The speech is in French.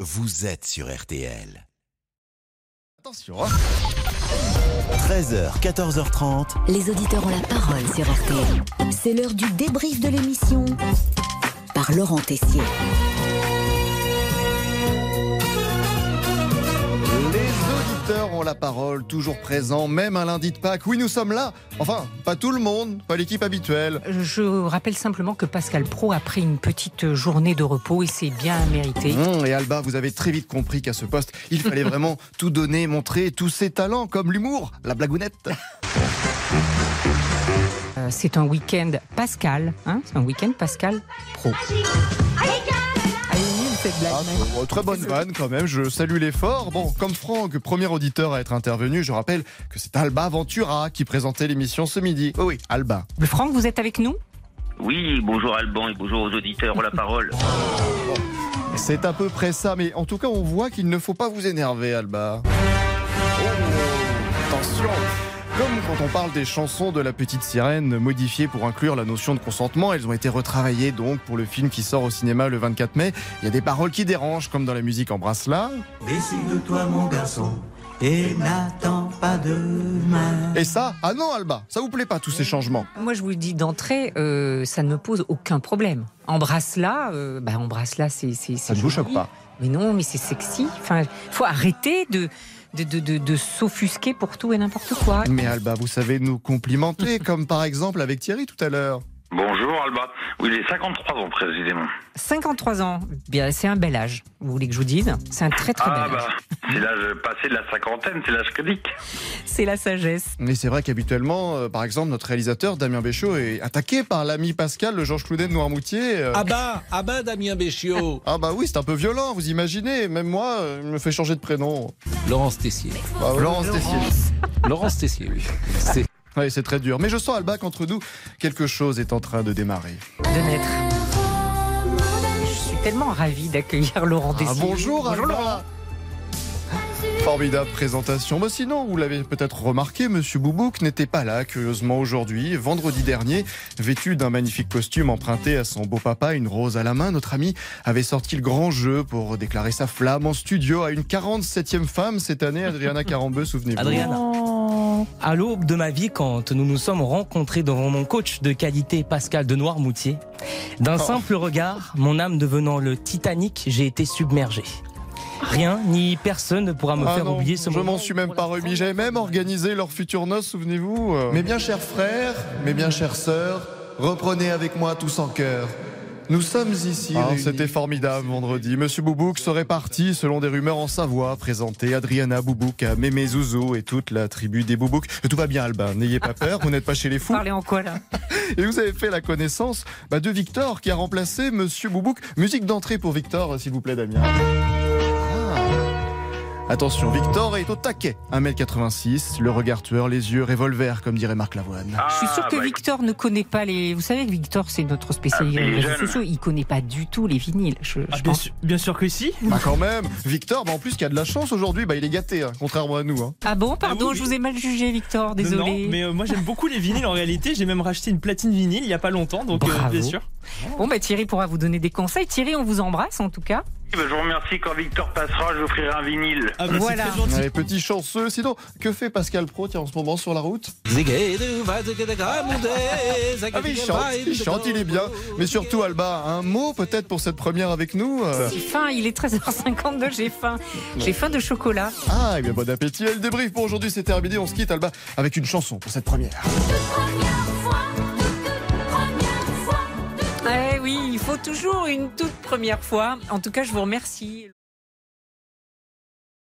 vous êtes sur RTL. Attention. hein. 13h, 14h30. Les auditeurs ont la parole sur RTL. C'est l'heure du débrief de l'émission par Laurent Tessier. Les auditeurs ont la parole, toujours présents, même un lundi de Pâques. Oui, nous sommes là. Enfin, pas tout le monde, pas l'équipe habituelle. Je rappelle simplement que Pascal Pro a pris une petite journée de repos et c'est bien mérité. Hum, et Alba, vous avez très vite compris qu'à ce poste, il fallait vraiment tout donner, montrer tous ses talents, comme l'humour, la blagounette. Euh, c'est un week-end Pascal, hein c'est un week-end Pascal Pro. Elle est nulle, cette blague, Ah, mec. bon, très bonne vanne quand même, je salue l'effort. Bon, comme Franck, premier auditeur à être intervenu, je rappelle que c'est Alba Ventura qui présentait l'émission ce midi. Oui, oui, Alba. Mais Franck, vous êtes avec nous Oui, bonjour Alban et bonjour aux auditeurs, la parole. C'est à peu près ça, mais en tout cas, on voit qu'il ne faut pas vous énerver, Alba. Oh, attention comme quand on parle des chansons de la petite sirène modifiées pour inclure la notion de consentement, elles ont été retravaillées donc pour le film qui sort au cinéma le 24 mai. Il y a des paroles qui dérangent comme dans la musique Embrasse-la, Dessine-toi mon garçon et n'attends pas demain. et ça, ah non Alba, ça vous plaît pas tous ces changements. Moi, je vous le dis d'entrée, euh, ça ne me pose aucun problème. Embrasse-la, euh, bah, embrasse-la, c'est. c'est- Ça c'est ne vous joli. choque pas Mais non, mais c'est sexy. Enfin, faut arrêter de, de, de, de- de s'offusquer pour tout et n'importe quoi. Mais Alba, vous savez nous complimenter, comme par exemple avec Thierry tout à l'heure. Bonjour Alba. Oui, il est 53 ans précisément. 53 ans, bien, c'est un bel âge. Vous voulez que je vous dise C'est un très très Ah bel âge. bah, c'est l'âge passé de la cinquantaine, c'est l'âge critique. C'est la sagesse. Mais c'est vrai qu'habituellement, euh, par exemple, notre réalisateur Damien Béchaud est attaqué par l'ami Pascal, le Georges Cloudet de Noirmoutier. euh. Ah bah, ah bah Damien Béchiot Ah bah oui, c'est un peu violent, vous imaginez. Même moi, euh, il me fait changer de prénom. Laurence Tessier. Bah, Laurence Tessier. Laurence Tessier, oui. C'est- Oui, c'est très dur. Mais je sens, Alba, qu'entre nous, quelque chose est en train de démarrer. De naître. Je suis tellement ravie d'accueillir Laurent Ah, Dessier. bonjour, Alba. Formidable présentation. Mais sinon, vous l'avez peut-être remarqué, Monsieur Boubouk n'était pas là, curieusement, aujourd'hui. Vendredi dernier, vêtu d'un magnifique costume emprunté à son beau-papa, une rose à la main, notre ami avait sorti le grand jeu pour déclarer sa flamme en studio à une 47e femme cette année, Adriana Carambeu, souvenez-vous. Adriana. À l'aube de ma vie, quand nous nous sommes rencontrés devant mon coach de qualité, Pascal de Noirmoutier, d'un Oh. simple regard, mon âme devenant le Titanic, j'ai été submergé. Rien ni personne ne pourra me Ah faire non, oublier ce je moment. m'en suis même pas remis. J'avais même organisé leur future noce, souvenez-vous. euh. Mes bien chers frères, mes bien chères sœurs, reprenez avec moi tous en cœur. Nous sommes ici. Ah, C'était formidable vendredi. Monsieur Boubouk serait parti selon des rumeurs en Savoie. Présenter Adriana Boubouk à Mémé Zouzou et toute la tribu des Boubouks. Tout va bien, Alba. N'ayez pas peur. Vous n'êtes pas chez les Vous fous. parlez en quoi là Ah, Et vous avez fait la connaissance bah, de Victor qui a remplacé Monsieur Boubouk. Musique d'entrée pour Victor, euh, s'il vous plaît, Damien. Ah. Attention, Victor est au taquet. 1m86, le regard tueur, les yeux revolver, comme dirait Marc Lavoine. Ah, Je suis sûr que bah, Victor ne connaît pas les. Vous savez que Victor, c'est notre spécialiste Ah, des les réseaux jeunes. sociaux. Il connaît pas du tout les vinyles. Je, Ah, je pense. que si. Bah quand même, Victor, bah, en plus, qui a de la chance aujourd'hui, bah, il est gâté, hein, contrairement à nous. hein. Ah bon, pardon, Ah oui, je oui. vous ai mal jugé, Victor. Désolé. Non, mais euh, moi j'aime beaucoup les vinyles en réalité. J'ai même racheté une platine vinyle il y a pas longtemps, donc euh, Bravo. bien sûr. Bon, bah Thierry pourra vous donner des conseils. Thierry, on vous embrasse en tout cas. oui, bah, je vous remercie. Quand Victor passera, je vous offrirai un vinyle. Ah, bah, Voilà. C'est très gentil. Ouais, petit chanceux. Sinon, que fait Pascal Pro tiens, en ce moment sur la route Ah oui, il chante, il chante, il est bien. Mais surtout, Alba, un mot peut-être pour cette première avec nous Ah. euh. J'ai faim, il est 13h52, j'ai faim. J'ai faim de chocolat. Ah, eh bien, bon appétit. Et le débrief pour aujourd'hui, c'est terminé. On se quitte, Alba, avec une chanson pour cette première. Eh oui, il faut toujours une toute première fois. En tout cas, je vous remercie.